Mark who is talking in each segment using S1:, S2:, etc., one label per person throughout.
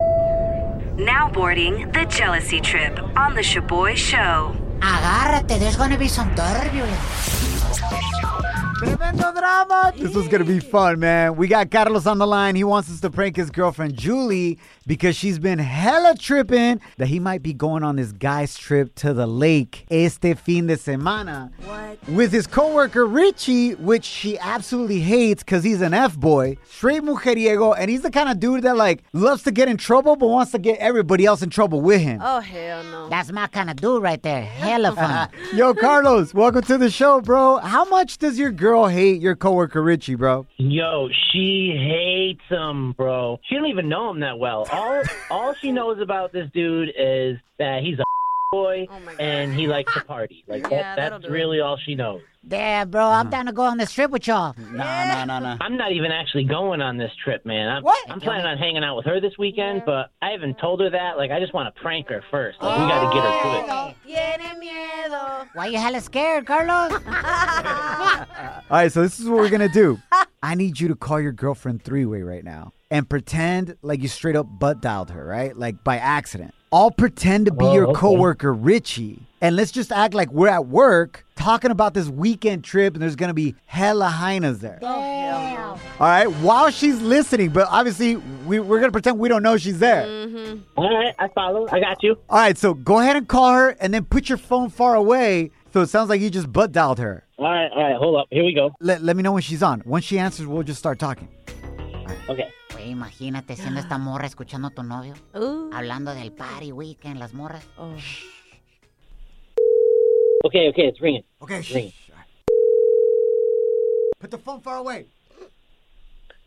S1: Now boarding the jealousy trip on the Shaboy Show.
S2: Agárrate, there's gonna be some turbulence.
S3: Tremendo drama. This was going to be fun, man. We got Carlos on the line. He wants us to prank his girlfriend, Julie, because she's been hella tripping that he might be going on this guy's trip to the lake este fin de semana
S4: What?
S3: with his coworker, Richie, which she absolutely hates because he's an F-boy, straight mujeriego, and he's the kind of dude that, like, loves to get in trouble but wants to get everybody else in trouble with him.
S4: Oh, hell no.
S2: That's my kind of dude right there. Hella fun.
S3: Yo, Carlos, welcome to the show, bro. How much does your girl hate your coworker, Richie, bro?
S5: Yo, she hates him, bro. She don't even know him that well. All all she knows about this dude is that he's a boy
S4: Oh my God.
S5: and he likes to party. Like that,
S4: Yeah, that'll
S5: that's
S4: do it.
S5: really all she knows.
S2: Damn, bro, I'm down to go on this trip with y'all.
S3: Nah, nah, nah, nah.
S5: I'm not even actually going on this trip, man. I'm,
S3: What?
S5: I'm planning on hanging out with her this weekend, but I haven't told her that. Like I just want to prank her first. Like we got to get her to it.
S4: Tiene miedo.
S2: Why you hella scared, Carlos?
S3: All right, so this is what we're gonna do. I need you to call your girlfriend three way right now and pretend like you straight up butt dialed her, right? Like by accident. I'll pretend to be
S5: Oh,
S3: your
S5: okay.
S3: coworker, Richie, and let's just act like we're at work talking about this weekend trip and there's gonna be hella hyenas there.
S2: Damn.
S3: All right, while she's listening, but obviously we, we're gonna pretend we don't know she's there.
S4: Oh.
S5: All right, I follow. I got you.
S3: All right, so go ahead and call her and then put your phone far away so it sounds like you just butt dialed her.
S5: All right, all right. Hold up. Here we go.
S3: Let, let me know when she's on. Once she answers, we'll just start talking.
S5: Okay.
S2: Güey, imagínate siendo esta morra escuchando a tu novio.
S4: Ooh.
S2: Hablando del party weekend, las morras.
S4: Oh.
S5: Okay, okay. It's ringing.
S3: Okay. Shh.
S5: Ring.
S3: shh. Put the phone far away.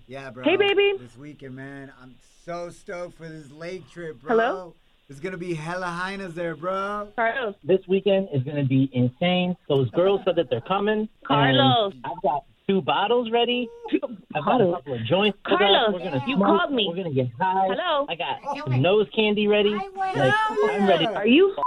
S3: Yeah, bro.
S6: Hey, baby.
S3: This weekend, man, I'm so stoked for this lake trip, bro.
S6: Hello?
S3: It's gonna be hella hyenas there, bro.
S6: Carlos.
S5: this weekend is going to be insane. Those girls said that they're coming.
S6: Carlos.
S5: And I've got two bottles ready. I've got a couple of joints. cooked up.
S6: Carlos,
S5: We're gonna
S6: you
S5: smoke.
S6: called me.
S5: We're going to get high.
S6: Hello?
S5: I got some nose candy ready. Like, I'm ready.
S6: Are you f-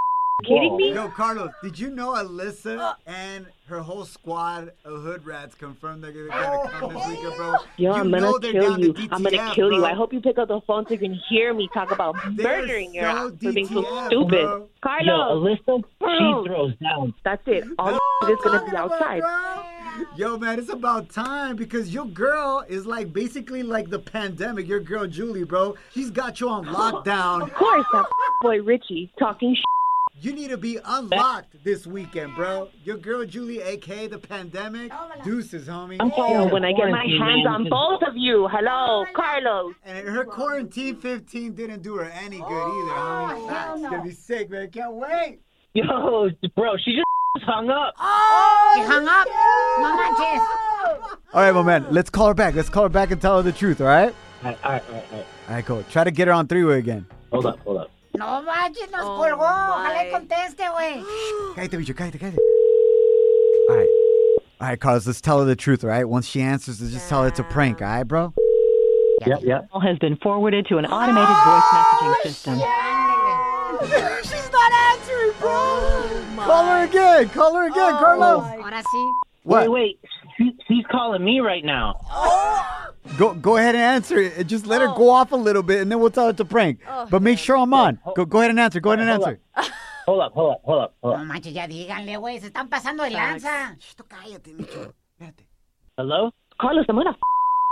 S6: kidding me?
S3: Yo, Carlos, did you know Alyssa and her whole squad of hood rats confirmed they're gonna, gonna come this weekend, bro?
S6: Yo,
S3: You
S6: I'm
S3: know
S6: gonna
S3: they're
S6: kill
S3: down
S6: you.
S3: to
S6: I'm gonna
S3: DTF,
S6: kill you.
S3: bro.
S6: I hope you pick up the phone so you can hear me talk about
S3: They're
S6: murdering your
S3: so
S6: ass for being so
S3: DTF,
S6: stupid.
S3: bro.
S5: Yo,
S6: Carlos,
S5: Alyssa,
S6: Boom.
S5: she throws down.
S6: that's it. All the f- is gonna be outside.
S3: Yo, man, it's about time because your girl is like basically like the pandemic. Your girl Julie, bro, she's got you on lockdown.
S6: Of course, that f- boy Richie talking sh-
S3: You need to be unlocked this weekend, bro. Your girl Julie, aka the pandemic, deuces, homie.
S5: I'm
S6: Yo,
S5: calling
S6: when I get my
S5: quarantine,
S6: hands
S5: man,
S6: on
S5: because-
S6: both of you. Hello, Carlos.
S3: And her quarantine 15 didn't do her any good either, homie. It's gonna be sick, man. Can't wait.
S5: Yo, bro, she just hung up.
S3: Ah.
S2: She hung up. No manches.
S3: All right, my man, let's call her back. Let's call her back and tell her the truth, all right?
S5: All right, all right, all right, all right.
S3: All right, cool. Try to get her on three way again.
S5: Hold up, hold up.
S2: No manches, nos
S4: Oh,
S2: colgó. Ojalá
S4: my.
S2: y conteste, güey.
S3: Cállate, bicho, cállate, cállate. All right. All right, Carlos, let's tell her the truth, all right? Once she answers, let's just tell her it's a prank, all right, bro?
S5: Yep, yep.
S7: has been forwarded to an automated voice messaging system.
S3: She's not answering, bro. Call her again. Call her again, Carlos.
S2: Ahora sí.
S3: What?
S5: Wait, wait. She, she's calling me right now.
S3: Go go ahead and answer it. and Just let her
S4: Oh.
S3: go off a little bit, and then we'll tell her it's a prank. but make sure I'm on. Go, go ahead and answer. Go ahead and
S5: Hold
S3: answer.
S5: Hold up, hold up, hold up, hold
S2: No
S5: up.
S2: manches, ya díganle, güey. Se están pasando de lanza. Shh, tú cállate, Micho.
S5: Hello?
S6: Carlos, I'm gonna f-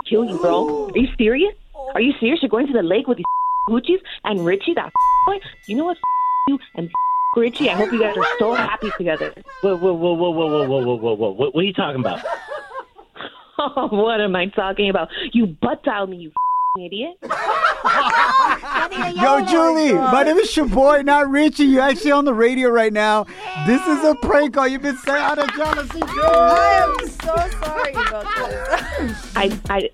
S6: kill you, bro. Are you serious? Are you serious? You're going to the lake with these f- Gucci's and Richie, that f- boy. You know what? F- you and f- Richie. I hope you guys are so happy together.
S5: Whoa, whoa, whoa, whoa, whoa, whoa, whoa, whoa, whoa, whoa. What, what are you talking about?
S6: Oh, what am I talking about? You butt dialed me, you f***ing idiot.
S4: Oh
S3: Yo, Julie, my name is your boy, not Richie. You're actually on the radio right now. This is a prank call. You've been sent out of jealousy.
S4: I
S3: Bro.
S4: am so sorry about
S8: Oh.
S4: this.
S6: I, I,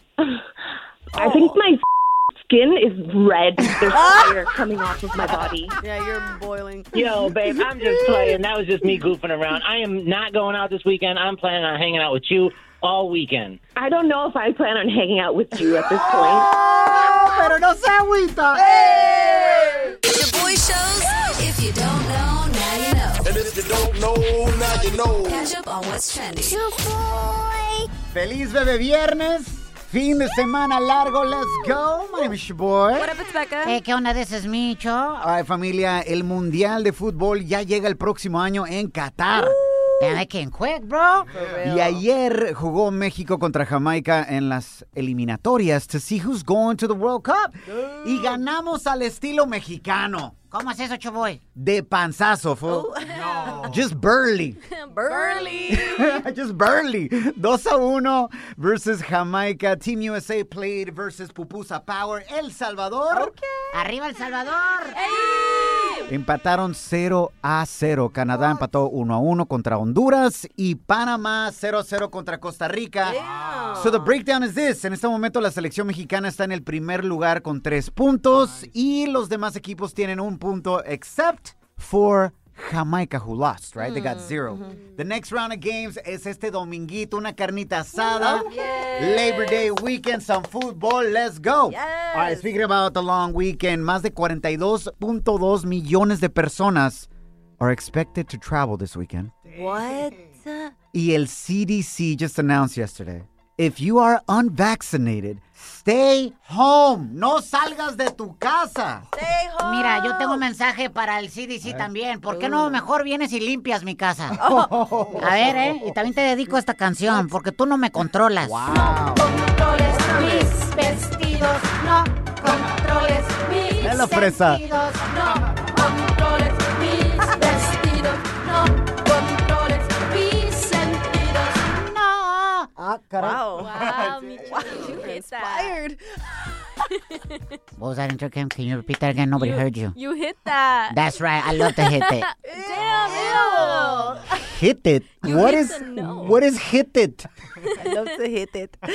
S6: I think my f- skin is red. There's fire coming off of my body.
S4: Yeah, you're boiling.
S5: Yo, babe, I'm just playing. That was just me goofing around. I am not going out this weekend. I'm planning on hanging out with you all weekend.
S6: I don't know if I plan on hanging out with you at this point.
S3: Ah, Pero no se agüita.
S1: The Boy Shows. If you don't know, now you know.
S9: And if you don't know, now you know.
S1: Catch up on what's trending.
S3: Feliz bebé viernes. Fin de semana largo. Let's go. My name is your boy.
S4: What up, it's Becca?
S2: Eh, ¿Qué onda de ese Micho?
S3: Ay, familia, el Mundial de Fútbol ya llega el próximo año en Qatar.
S2: Damn, I can quick, bro.
S3: Y ayer jugó México contra Jamaica en las eliminatorias to see who's going to the World Cup. Y ganamos al estilo mexicano.
S2: ¿Cómo es eso, Choboy?
S3: De panzazo, fool. Just burly.
S4: Burly.
S3: Just burly. 2 a 1 versus Jamaica. Team USA played versus Pupusa Power. El Salvador.
S2: ¡Arriba El Salvador!
S3: Empataron 0 a 0. Canadá empató 1 a 1 contra Honduras y Panamá 0 a 0 contra Costa Rica. So the breakdown is this. En este momento la selección mexicana está en el primer lugar con 3 puntos y los demás equipos tienen un punto except for Jamaica who lost, right? They got 0 The next round of games es este dominguito, mm-hmm. una carnita asada. Labor Day weekend, some football, let's go. All right, speaking about the long weekend, más de 42.2 millones de personas are expected to travel this weekend.
S4: What?
S3: Y el CDC just announced yesterday. If you are unvaccinated, stay home. No salgas de tu casa.
S2: Mira, yo tengo un mensaje para el CDC también. ¿Por qué no mejor vienes y limpias mi casa? A ver, ¿eh? Y también te dedico a esta canción, porque tú no me controlas.
S4: Mis vestidos, no controles mis
S3: Es la fresa.
S4: vestidos, no controles mis vestidos, no controles mis sentidos.
S2: No.
S3: Ah, caray.
S4: Wow, you hit that.
S2: Was that in Turkey? Can you repeat that again? Nobody heard you.
S4: You hit that.
S2: That's right. I love to hit it.
S4: Damn,
S3: Hit it. What
S4: hit
S3: is
S4: the no.
S3: what is hit it?
S4: I love to hit it.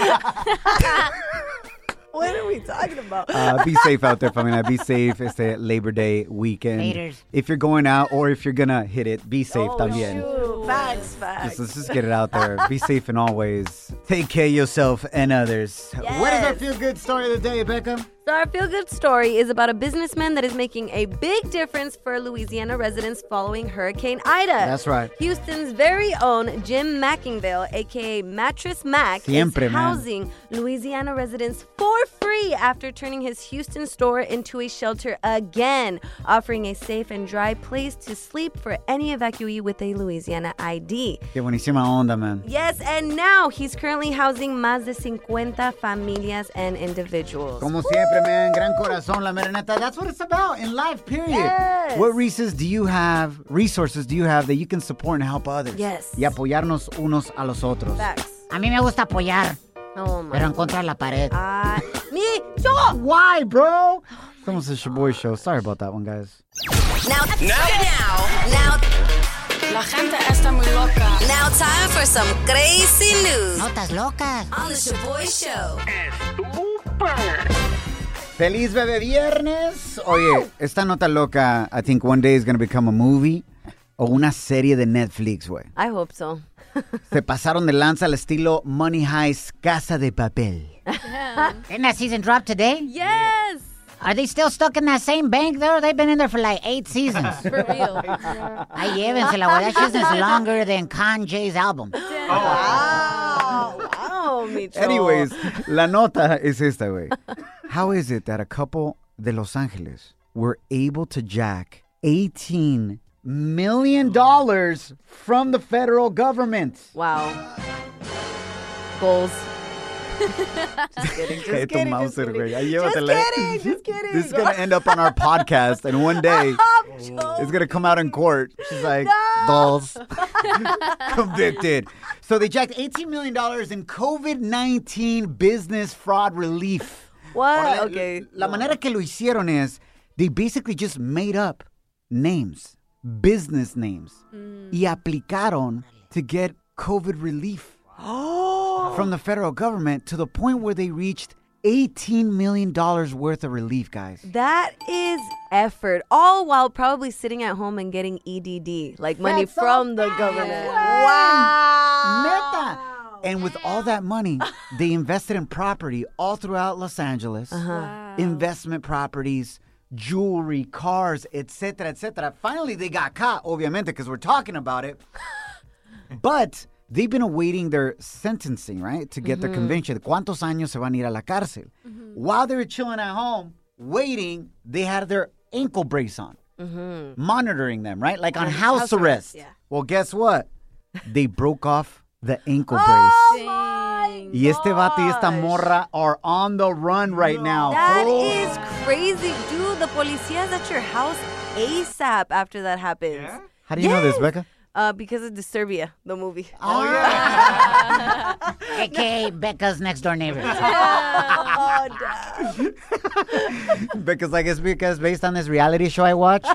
S4: what are we talking about?
S3: Uh, be safe out there, familia. Be safe. It's the Labor Day weekend.
S2: Haters.
S3: If you're going out or if you're gonna hit it, be
S4: Oh,
S3: safe también.
S4: Facts, facts.
S3: Just- let's just get it out there. Be safe in all ways. Take care of yourself and others. What is our
S4: Yes.
S3: feel good story of the day, Beckham?
S4: So our feel-good story is about a businessman that is making a big difference for Louisiana residents following Hurricane Ida.
S3: That's right.
S4: Houston's very own Jim Mackingvale, aka Mattress Mac,
S3: Siempre,
S4: is
S3: man.
S4: housing Louisiana residents for free after turning his Houston store into a shelter again, offering a safe and dry place to sleep for any evacuee with a Louisiana ID.
S3: Qué buenísima onda, man.
S4: Yes, and now he's currently housing más de 50 familias and individuals.
S3: Como siempre, man. Gran corazón, la mereneta. That's what it's about in life, period.
S4: Yes.
S3: What resources do you have? Resources do you have that you can support and help others?
S4: Yes.
S3: Y apoyarnos unos a los otros.
S4: Facts.
S2: A mí me gusta apoyar,
S4: Oh my
S2: pero en contra de la pared.
S4: Ah, me too.
S3: Why, bro? Somos the Shaboy Show. Sorry about that one, guys.
S1: Now, now, now, now. La gente está muy loca. Now, time for some crazy news
S2: Notas locas.
S1: on the Shaboy Show.
S3: Feliz bebé viernes. Oye, esta nota loca, I think one day is going to become a movie o una serie de Netflix, güey.
S4: I hope so.
S3: Se pasaron de lanza al estilo Money Heist Casa de Papel.
S2: Didn't that season drop today?
S4: Yes,
S2: Are they still stuck in that same bank though? They've been in there for like eight seasons.
S4: for real.
S2: Ay, llévensela, güey. That shit is longer than Kanye's album.
S4: Wow, wow, Micho.
S3: Anyways, la nota es esta, güey. How is it that a couple de Los Angeles were able to jack 18 million dollars from the federal government?
S4: wow. Goals.
S3: Cállate tu Mauser, güey. Ahí llévatela. ¿eh?
S4: kidding, just kidding. Oh,
S3: This is going to end up on our podcast, and one day it's going to come out in court. She's like, dolls. Convicted. So they jacked $18 million in COVID 19 business fraud relief.
S4: What?
S3: Ahora,
S4: Okay.
S3: La manera que lo hicieron es, they basically just made up names, business names, y aplicaron to get COVID relief from the federal government to the point where they reached $18 million worth of relief, guys.
S4: That is effort, all while probably sitting at home and getting EDD, like money
S2: That's
S4: from the government. Wow.
S3: Neta. And with all that money, they invested in property all throughout Los Angeles. Investment properties, jewelry, cars, etc., etc. Finally, they got caught, obviamente, because we're talking about it. but they've been awaiting their sentencing, right, to get their conviction. ¿Cuántos años se van a ir a la cárcel? While they were chilling at home, waiting, they had their ankle brace on, monitoring them, right, like on house,
S4: house
S3: arrest.
S4: arrest, yeah.
S3: Well, guess what? They broke off the ankle brace.
S4: Dang.
S3: Y este vato y esta
S4: Oh, gosh.
S3: morra are on the run right now.
S4: That
S3: Oh.
S4: is crazy, dude. The policia's at your house ASAP after that happens.
S3: How do you know this,
S4: Yes.
S3: Becca?
S4: Uh, because of Disturbia, the movie.
S3: Oh, yeah.
S2: AKA Becca's next door neighbor.
S4: oh, damn.
S3: because I guess because based on this reality show I watch,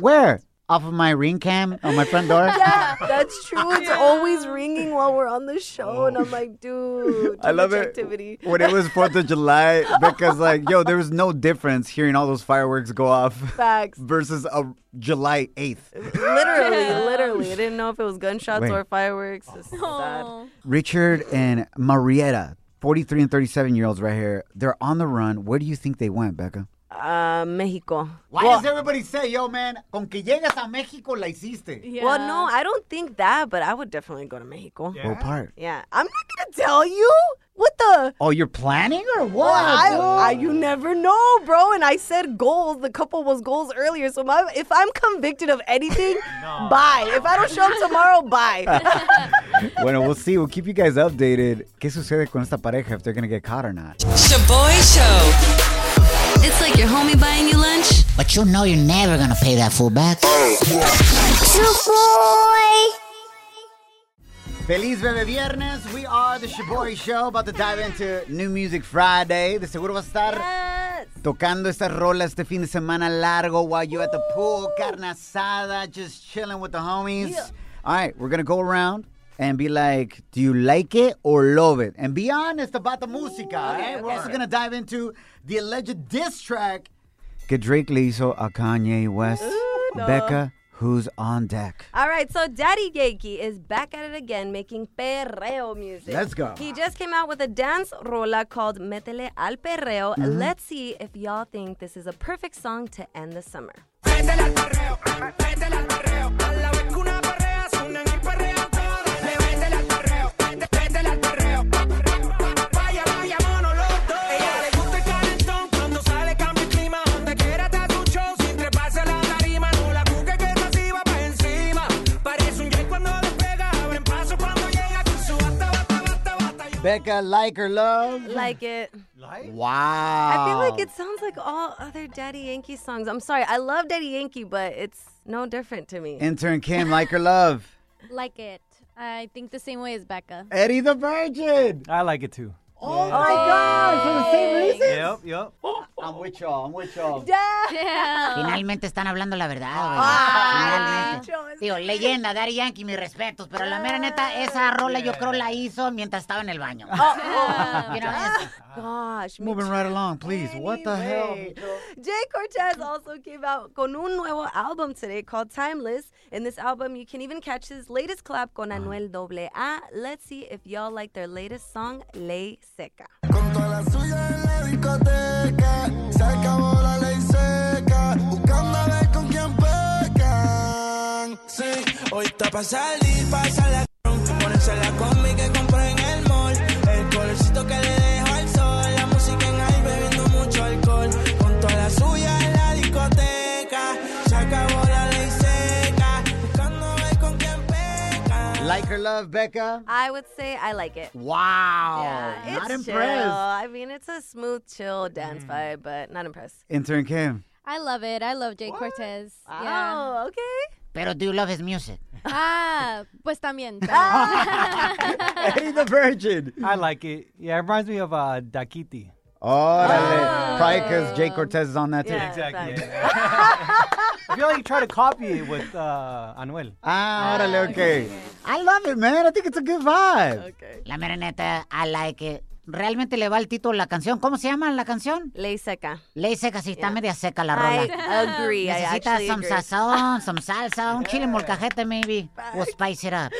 S3: where off of my ring cam on my front door.
S4: Yeah, that's true. It's always ringing while we're on the show, and I'm like, dude,
S3: I
S4: too
S3: love
S4: much
S3: it.
S4: Activity.
S3: When it was Fourth of July, because like, yo, there was no difference hearing all those fireworks go off
S4: Facts.
S3: versus a July eighth.
S4: Literally, literally. I didn't know if it was gunshots
S3: Wait.
S4: or fireworks. This is sad.
S3: Richard and Marietta, forty-three and thirty-seven year olds, right here. They're on the run. Where do you think they went, Becca?
S4: Uh, Mexico.
S3: Why does everybody say, yo, man, con que llegas a México la hiciste?
S4: Well, no, I don't think that, but I would definitely go to Mexico. Yeah.
S3: What part?
S4: I'm not going to tell you. What the?
S3: Oh, you're planning or what?
S4: I,
S3: bro?
S4: I, you never know, bro. And I said goals. The couple was goals earlier. So my, if I'm convicted of anything, bye. If I don't show up tomorrow, bye.
S3: bueno, we'll see. We'll keep you guys updated. ¿Qué sucede con esta pareja if they're going to get caught or not?
S10: Shaboy Show.
S1: It's like your homie buying you lunch.
S2: But you know you're never gonna pay that fool back.
S3: Feliz Bebe Viernes. We are the Shaboy Show. About to dive into New Music Friday. De seguro va a estar tocando estas rolas este fin de semana largo while you're at the pool, carne asada, just chilling with the homies. All right, we're going to go around. And be like, do you like it or love it? And be honest about the música. all right? We're also gonna dive into the alleged diss track que Drake le hizo a Kanye West. Becca, who's on deck?
S4: All right, so Daddy Yankee is back at it again making perreo music.
S3: Let's go.
S4: He just came out with a dance rola called Metele al Perreo.
S3: Mm-hmm.
S4: Let's see if y'all think this is a perfect song to end the summer.
S3: Becca, like or love?
S4: Like it.
S3: Wow.
S4: I feel
S3: Oh.
S4: like it sounds like all other Daddy Yankee songs. I'm sorry, I love Daddy Yankee, but it's no different to me.
S3: Intern Kim, like or love?
S11: Like it. I think the same way as Becca.
S3: Eddie the Virgin.
S12: I like it too.
S3: Oh my God, for the
S12: Oh.
S3: same reason.
S12: Yep, yep.
S3: I'm with y'all. I'm with y'all.
S2: Finalmente están hablando la verdad, güey. Finalmente. Digo, leyenda, Daddy Yankee, mis respetos. Pero la mera neta, esa rola yo creo la hizo mientras estaba en el baño.
S4: Oh. Uh,
S2: You know,
S4: Ah.
S2: es-
S4: Gosh, me
S3: Moving right along, please. What the hell?
S4: Anyway, Jay Cortez also came out con un nuevo album today called Timeless. In this album, you can even catch his latest collab con Anuel AA. Let's see if y'all like their latest song, Ley Seca.
S9: Con toda la suya en la discoteca, se acabó la ley seca, buscando a ver con quién pecan. Sí, hoy está pa' salir, pasa la ponerse la combi que compré en el mall, el colorcito que le dejo al sol, la música en high bebiendo mucho alcohol. Con toda la suya en la discoteca, se acabó la ley seca, buscando a ver con quién pecan.
S3: Like or love, Becca?
S4: I would say I like it.
S3: Wow.
S4: Yeah,
S3: Not
S4: it's
S3: impressed. Mm.
S4: Chill. I mean, it's a smooth, chill dance vibe, but not impressed.
S3: Intern Kim.
S11: I love it. I love Jay Cortez. Yeah.
S4: Oh, okay.
S2: Pero do you love his music?
S11: Ah, pues también.
S3: Eddie the Virgin.
S12: I like it. Yeah, it reminds me of uh, Dakiti.
S3: Orale. Probably because Jay Cortez is on that too.
S12: Exactly. I feel like you try to copy it with uh, Anuel.
S3: Ah, orale, okay. I love it, man. I think it's a good vibe.
S2: La mera neta, I like it. realmente le va el título a la canción. ¿Cómo se llama la canción?
S4: Ley seca.
S2: Ley seca, sí, está media seca la rola.
S4: I agree. I
S2: Necesita
S4: actually
S2: some
S4: agree.
S2: sazón, some salsa, un chile molcajete maybe. We'll spice it up.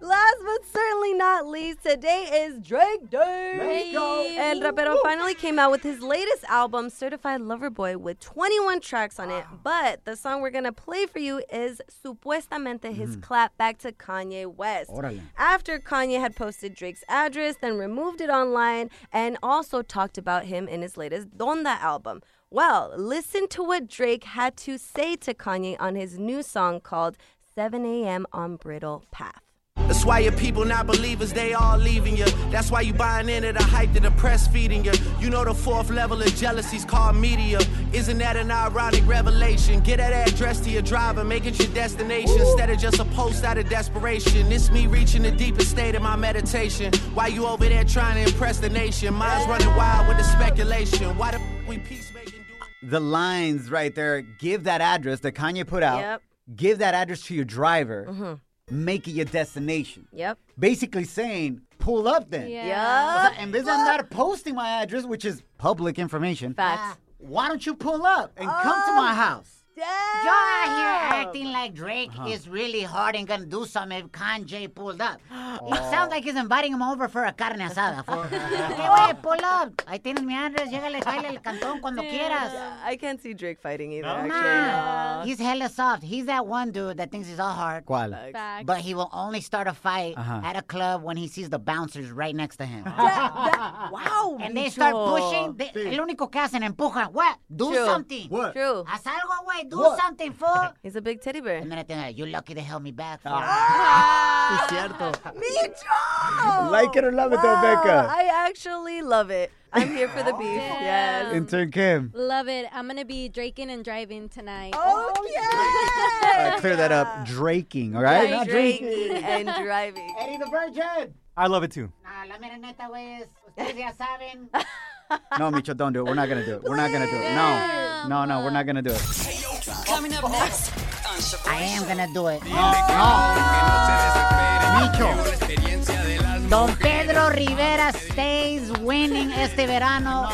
S4: Last but certainly not least, today is Drake Day.
S11: Let's go.
S4: El rapero finally came out with his latest album, Certified Lover Boy, with 21 tracks on it. But the song we're gonna play for you is supuestamente
S11: Mm-hmm.
S4: his clap back to Kanye West.
S2: Órale.
S4: After Kanye had posted Drake's address, then removed it online, and also talked about him in his latest Donda album. Well, listen to what Drake had to say to Kanye on his new song called 7 a.m. on Brittle Path.
S9: That's why your people not believers, they all leaving you. That's why you buying into the hype that the press feeding you. You know the fourth level of jealousy's called media. Isn't that an ironic revelation? Get that address to your driver, make it your destination instead of just a post out of desperation. It's me reaching the deepest state of my meditation. Why you over there trying to impress the nation? Minds running wild with the speculation. Why the f- we peacemaking?
S3: The lines right there give that address that Kanye put out,
S4: Yep.
S3: give that address to your driver,
S4: Mhm.
S3: make it your destination.
S4: Yep.
S3: Basically saying, pull up then.
S4: Yeah.
S3: O sea, en vez de andar posting my address, which is public information,
S4: Facts. Um,
S3: why don't you pull up and come to my house?
S2: Y'all out here acting like Drake is really hard and gonna do something if Kanye pulled up. It sounds like he's inviting him over for a carne asada. fool. hey, wey, pull up. Ahí tienes mi address. Llégale, baile el cantón cuando quieras.
S4: Yeah, I can't see Drake fighting either.
S2: Nah.
S4: Actually,
S2: He's hella soft. He's that one dude that thinks he's all hard.
S3: ¿Cuál?
S11: Facts.
S2: But he will only start a fight
S3: Ajá.
S2: at a club when he sees the bouncers right next to him.
S4: no. wow.
S2: And they
S4: Micho.
S2: start pushing. They, El único que hacen, empujan. What? Do
S4: True.
S2: something.
S3: What?
S4: True.
S2: Haz algo, güey. Do
S3: What?
S2: something, fool.
S4: He's a big teddy bear.
S2: And then I think, you're lucky they held me back. fool."
S3: Ah. Es cierto.
S4: Micho!
S3: Like it or love it though, Becca.
S4: Uh, I actually love it. I'm here for the beef. Yes.
S3: Intern Kim.
S11: Love it. I'm gonna be drinking and driving tonight.
S3: All
S4: Okay.
S3: right, Uh, clear that up. Draking, all right? Not
S4: Drinking and driving.
S2: Eddie the Virgin.
S12: I love it too.
S2: Ah, la mera neta, güey, es- ustedes ya saben.
S3: No, Micho, don't do it. We're not going to do it. We're not going to do it. No. No, no, we're not going to do it.
S10: Coming up next on Shaboy
S2: I am
S10: Show.
S2: gonna do it.
S3: Micho.
S2: Don Pedro Rivera stays winning este verano.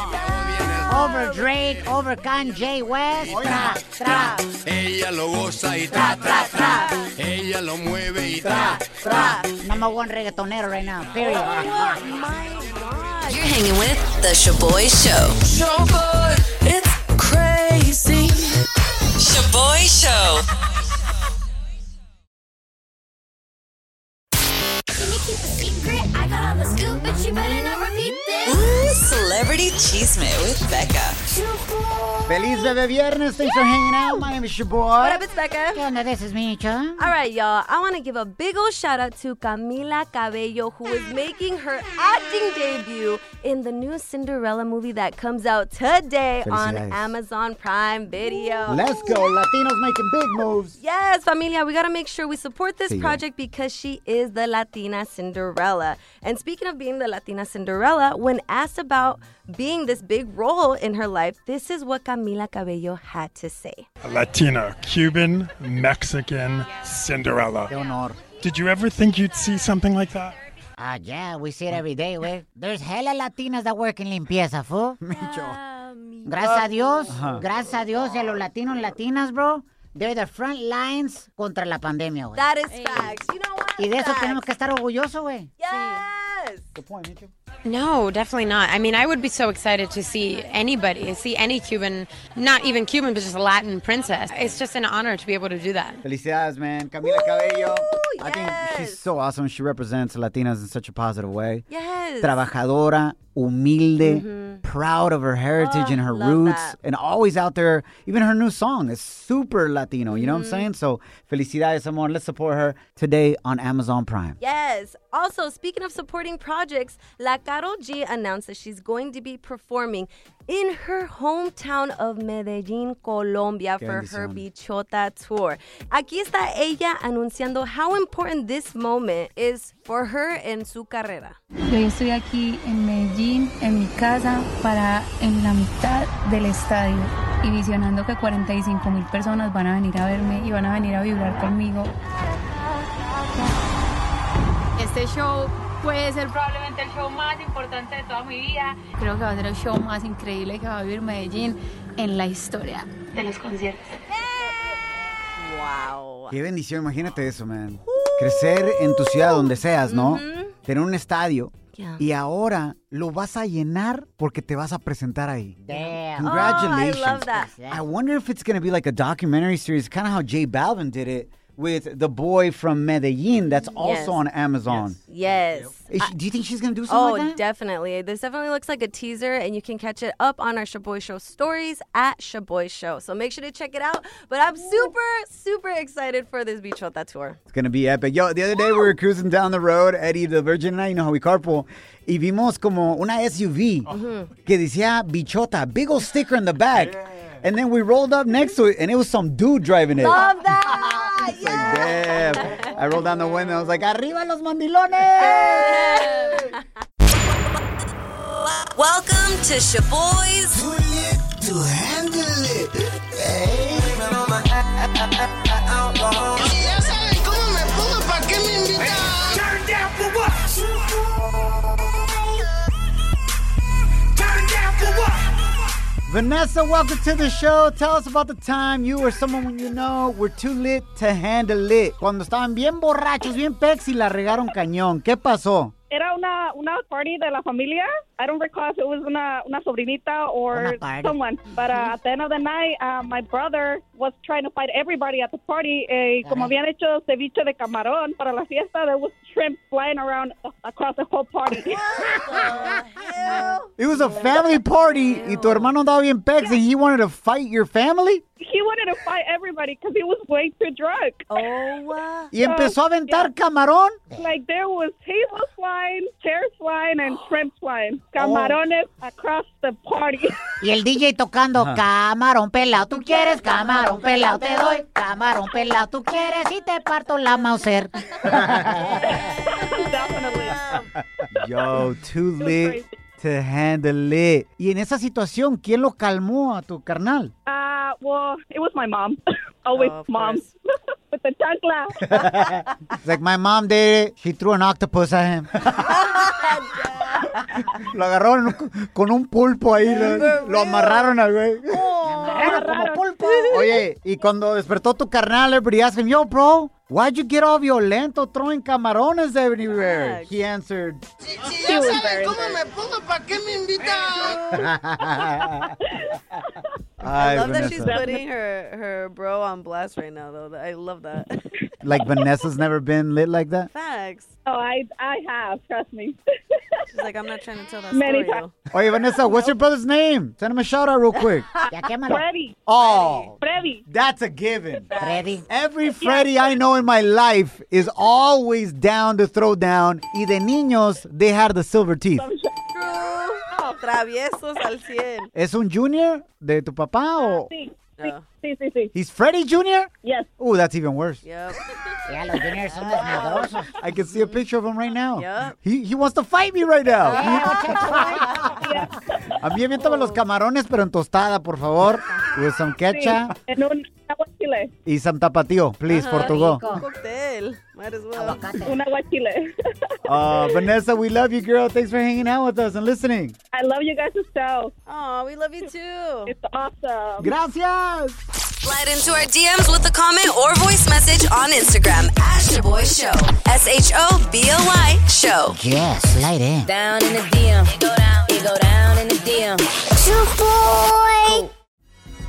S2: Over Drake, over Kanye West. Tra, tra,
S9: Ella lo goza y tra, tra, tra. Ella lo mueve y tra.
S2: tra. Number one reggaetonero right now, period.
S1: You're hanging with The Shaboy Show.
S10: Shaboy, it's crazy. Shaboy Show. Ooh, celebrity chisme with Becca.
S3: Feliz Bebe Viernes. Thanks for hanging out. My name is your boy.
S4: What up, it's Becca.
S2: ¿Qué onda? This is Micho.
S4: All right, y'all. I want to give a big old shout out to Camila Cabello, who is making her acting debut in the new Cinderella movie that comes out today on
S3: Felicidades.
S4: Amazon Prime Video.
S3: Let's go. Latinos making big moves.
S4: Yes, familia, we got to make sure we support this
S3: Sí.
S4: project because she is the Latina Cinderella. And speaking of being the Latina Cinderella, when asked about being this big role in her life, this is what Camila Cabello had to say.
S13: Latina, Cuban, Mexican, Cinderella.
S2: Qué honor.
S13: Did you ever think you'd see something like that?
S2: Ah, yeah, we see it every day, güey. There's hella Latinas that work in limpieza, fool. Gracias a Dios, gracias a Dios, y a los latinos, latinas, bro. They're the front lines contra la pandemia, güey.
S4: That is facts. You know what?
S2: Y de eso
S4: Facts.
S2: tenemos que estar orgullosos, güey.
S4: Yes.
S3: Good point, Micho.
S14: No, definitely not. I mean, I would be so excited to see anybody, see any Cuban, not even Cuban, but just a Latin princess. It's just an honor to be able to do that.
S3: Felicidades, man. Camila Cabello. I think
S4: yes.
S3: she's so awesome. She represents Latinas in such a positive way.
S4: Yes.
S3: Trabajadora, humilde, proud of her heritage and her
S4: Mm-hmm. Oh, love
S3: roots,
S4: that.
S3: and always out there. Even her new song is super Latino. You know
S4: Mm-hmm.
S3: what I'm saying? So, felicidades, amor. Let's support her today on Amazon Prime.
S4: Yes. Also, speaking of supporting projects, La Carol G announced that she's going to be performing in her hometown of Medellin, Colombia
S3: Qué
S4: for her
S3: bendición.
S4: Bichota tour. Aquí está ella anunciando how important this moment is for her en su carrera.
S15: Yo estoy aquí en Medellín, en mi casa, para en la mitad del estadio y visionando que 45 mil personas van a venir a verme y van a venir a vibrar conmigo.
S8: Este show
S15: Puede ser probablemente el show más importante de toda mi vida. Creo que va a ser el show más increíble que va a vivir Medellín en la historia de los conciertos.
S4: Wow.
S3: Qué bendición, imagínate eso, man. Crecer en tu ciudad, donde seas, ¿no? Tener un estadio.
S4: Mm-hmm. Yeah.
S3: Y ahora lo vas a llenar porque te vas a presentar ahí.
S2: Damn.
S3: Congratulations.
S4: Oh, I love that.
S3: I wonder if it's going to be like a documentary series, kind of how Jay Balvin did it with the boy from Medellin that's
S4: Yes.
S3: also on Amazon.
S4: Yes.
S3: Is she- do you think she's going to do
S4: Oh,
S3: something like that?
S4: definitely. This definitely looks like a teaser, and you can catch it up on our Shaboy Show stories at Shaboy Show. So make sure to check it out. But I'm super, super excited for this Bichota tour.
S3: It's gonna be epic. Yo, the other day we were cruising down the road, Eddie the Virgin and I, you know how we carpool, y vimos como una SUV
S4: Mm-hmm.
S3: que decía bichota, big old sticker in the back. And then we rolled up next to it and it was some dude driving it.
S4: Love that.
S3: Damn. I rolled down the window. I was like, arriba los mandilones.
S10: Welcome to Shaboy's
S9: to handle it. eh? Dímelo, ma- a- a- a- a- alcohol.
S10: Ya saben cómo me pongo, ¿pa' qué me invitan?
S9: Turn down for what? Turn down for what?
S3: Vanessa, welcome to the show. Tell us about the time you or someone you know were too lit to handle it. Cuando estaban bien borrachos, bien pexi, la regaron cañón. ¿Qué pasó?
S8: Era una, una party de la familia. I don't recall if it was una, una sobrinita or
S3: Una party.
S8: someone. But uh, at the end of the night, uh, my brother was trying to fight everybody at the party. Eh, y como habían hecho ceviche de camarón para la fiesta, there was shrimp flying around across the whole party.
S3: It was a family party. Y tu hermano andaba bien pex and he wanted to fight your family.
S8: he wanted to fight everybody because he was way too drunk. Oh, wow.
S3: Y empezó a aventar camarón.
S8: Like there was tables flying, chairs flying, and shrimp flying. Camarones across the party.
S2: Y el DJ tocando camarón pelado, tú quieres camarón pelado, te doy camarón pelado, tú quieres y te parto la mauser.
S3: Yo, too lit to handle it. Y en esa situación, ¿quién lo calmó a tu carnal?
S8: Uh, well, it was my mom. Always mom. With the chancla.
S3: It's like my mom did it. She threw an octopus at him. lo agarraron con un pulpo ahí. Lo, lo amarraron al güey.
S2: como pulpo.
S3: Oye, y cuando despertó tu carnal, everybody asked him, yo, bro, why'd you get all violento throwing camarones everywhere? He answered,
S9: Si
S3: He
S9: ya
S3: was
S9: saben
S3: very
S9: cómo me pongo, ¿pa' qué me invitan?
S4: I
S3: Ay,
S4: love that she's
S3: Vanessa.
S4: putting her, her bro on blast right now, though. I love that.
S3: Like Vanessa's never been lit like that.
S4: Facts.
S8: Oh, I I have. Trust me.
S4: She's like, I'm not trying to tell that
S8: Many
S4: story.
S8: times.
S3: Oye, Oh, Vanessa, what's your brother's name? Send him a shout out real quick.
S8: Freddy.
S3: Oh,
S8: Freddy.
S3: that's a given.
S2: Freddy.
S3: Every Freddy I know in my life is always down to throw down. Y de niños, they had the silver teeth.
S4: True. Traviesos al cien.
S3: ¿Es un junior de tu papá o...?
S8: Ah, Sí,
S4: No.
S8: sí, sí, sí.
S3: He's Freddy Jr.?
S8: Yes.
S3: Ooh, that's even worse.
S4: Yep.
S2: Ya, los juniors son desnadosos.
S3: I can see a picture of him right now.
S2: Yep.
S3: He, he wants to fight me right now. A mí aviéntame los camarones, pero en tostada, por favor. With some ketchup
S8: Sí, en un aguachile.
S3: y some tapatío, please, for to go.
S8: Oh.
S4: Cocktail. Might as well.
S8: Un aguachile.
S3: Uh, Vanessa, we love you, girl. Thanks for hanging out with us and listening.
S8: I love you guys' show.
S4: Aw, we love you too.
S8: It's awesome.
S3: Gracias.
S1: Slide into our DMs with a comment or voice message on Instagram at Shaboy Show.
S10: S H O B O Y Show.
S2: Yes, slide in.
S10: Down in the DM. It go down. It go down in the DM.
S3: Shaboy.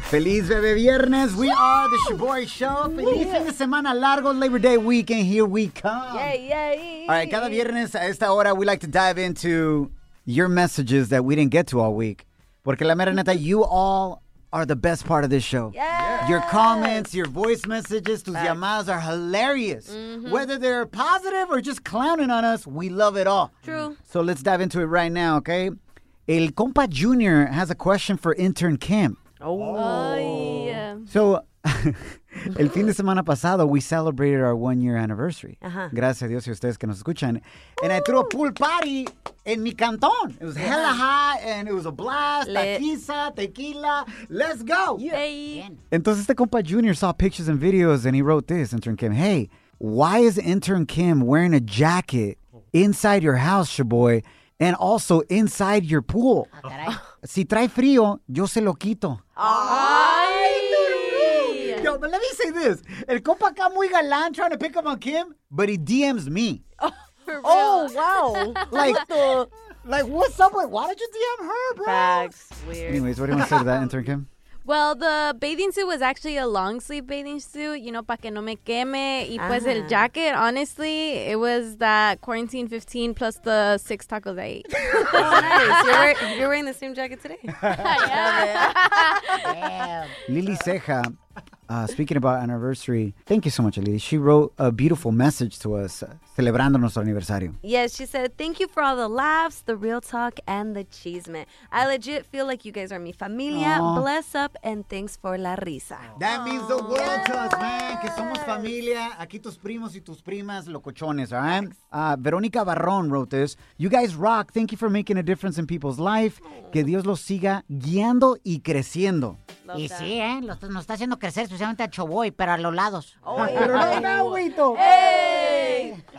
S3: Feliz Bebe Viernes. We are the Shaboy Show. Feliz fin de semana largo, Labor Day weekend. Here we come.
S4: Yay, yay.
S3: All right, cada viernes a esta hora, we like to dive into your messages that we didn't get to all week. Porque la mera neta, you all are the best part of this show. Your comments, your voice messages, tus llamadas are hilarious.
S4: Mm-hmm.
S3: Whether they're positive or just clowning on us, we love it all.
S4: True.
S3: So let's dive into it right now, okay? El Compa Jr. has a question for intern Kim.
S4: Ay, Oh, yeah.
S3: So, el fin de semana pasado, we celebrated our one year anniversary.
S4: Ajá.
S3: Gracias a Dios y a ustedes que nos escuchan. And I threw a pool party en mi cantón. It was hella hot and it was a blast.
S4: Lit.
S3: Taquiza, tequila, let's go.
S4: Yay.
S3: Entonces, este compa Junior saw pictures and videos and he wrote this, Intern Kim. Hey, why is Intern Kim wearing a jacket inside your house, Shaboy, and also inside your pool. Si trae frío, yo se lo quito.
S4: Ay,
S3: Yo, but let me say this. El compa acá muy galán trying to pick up on Kim, but he DMs me.
S4: Oh, wow.
S3: Like, like what's up with, why did you DM her, bro?
S4: Facts. Weird.
S3: Anyways, what do you want to say to that intern, Kim?
S11: Well, the bathing suit was actually a long sleeve bathing suit, you know, para que no me queme. Y pues el
S4: Ah.
S11: jacket, honestly, it was that quarantine 15 plus the six tacos I ate.
S4: nice. You're wear- you're wearing the same jacket today.
S3: Lily Ceja, uh, speaking about anniversary, thank you so much, Lily. She wrote a beautiful message to us uh, celebrando nuestro aniversario.
S4: Yes, she said, thank you for all the laughs, the real talk, and the cheesement. I legit feel like you guys are mi familia.
S3: Aw.
S4: Bless up and thanks for la risa.
S3: That means the world to us, man. Que somos familia. Aquí tus primos y tus primas, locochones, all right? Uh, Verónica Barrón wrote this. You guys rock. Thank you for making a difference in people's life. Que Dios los siga guiando y creciendo.
S2: Y sí, ¿eh? Lo- nos está haciendo crecer, especialmente a Choboy, pero a los lados.
S11: Oh.
S3: Pero no, no, güeyito.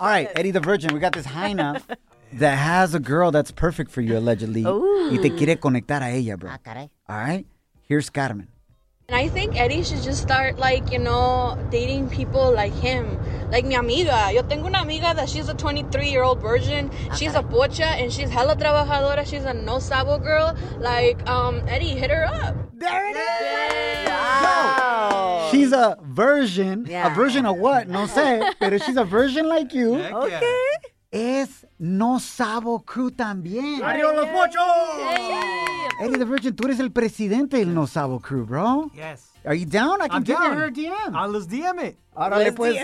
S3: All right, Eddie the Virgin, we got this Jaina that has a girl that's perfect for you, allegedly.
S2: Ooh.
S3: Y te quiere conectar a ella, bro.
S2: Ah, caray.
S3: All right, here's Carmen.
S16: And I think Eddie should just start like, you know, dating people like him. Like mi amiga. Yo tengo una amiga that she's a 23 year old virgin. She's a pocha and she's hella trabajadora. She's a no sabo girl. Like, um, Eddie, hit her up.
S3: There it is. Oh. She's a virgin. A virgin of what? No sé. Pero she's a virgin like you.
S4: yeah.
S3: Es no sabo crew también.
S12: ¡Arriba los pochos!
S3: Eddie the Virgin, tú eres el presidente del no sabo crew, bro.
S12: Yes.
S3: Are you down? I can
S12: I'm
S3: give
S12: down.
S3: you her DM.
S12: Ah, let's DM it.
S3: Árale, pues.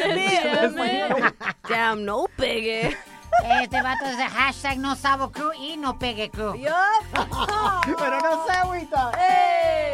S4: Damn, no pegue.
S2: Este vato es de hashtag no sabo crew y no pegue crew.
S3: Pero no sé, güita.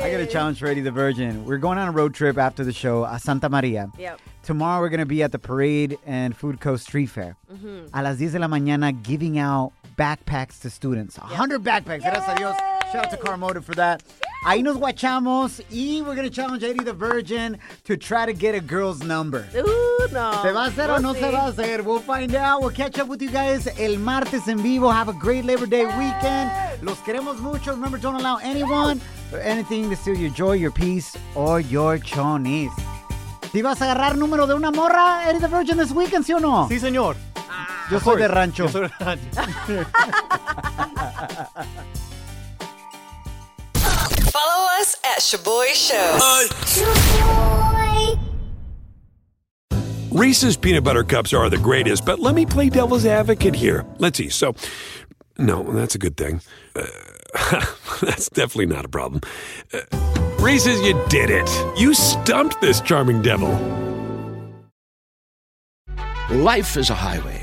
S3: I got a challenge for Eddie the Virgin. We're going on a road trip after the show a Santa Maria.
S4: Yep.
S3: Tomorrow we're going to be at the parade and Food Coast Street Fair.
S4: Mhm.
S3: A las 10 de la mañana, giving out backpacks to students. 100 backpacks. Gracias a Dios. Shout out to Car Motive for that. Ahí nos guachamos y we're going to challenge Eddie the Virgin to try to get a girl's number.
S4: Ooh, no.
S3: ¿Se va a hacer o no se va
S12: Pues
S3: a hacer? We'll find out. We'll catch up with you guys el martes en vivo. Have a great Labor Day weekend. Los queremos mucho. Remember, don't allow anyone or anything to steal your joy, your peace, or your chonis. ¿Te vas a agarrar número de una morra, Eddie the Virgin, this weekend, sí o no?
S12: Sí, señor.
S3: Yo
S12: Of
S3: soy de
S12: course.
S3: rancho.
S12: Yo soy de rancho.
S10: Follow us at Shaboy Show.
S17: Ay. Reese's peanut butter cups are the greatest, but let me play devil's advocate here. Let's see. So, no, that's a good thing. Uh, that's definitely not a problem. Uh, Reese's, you did it. You stumped this charming devil.
S18: Life is a highway,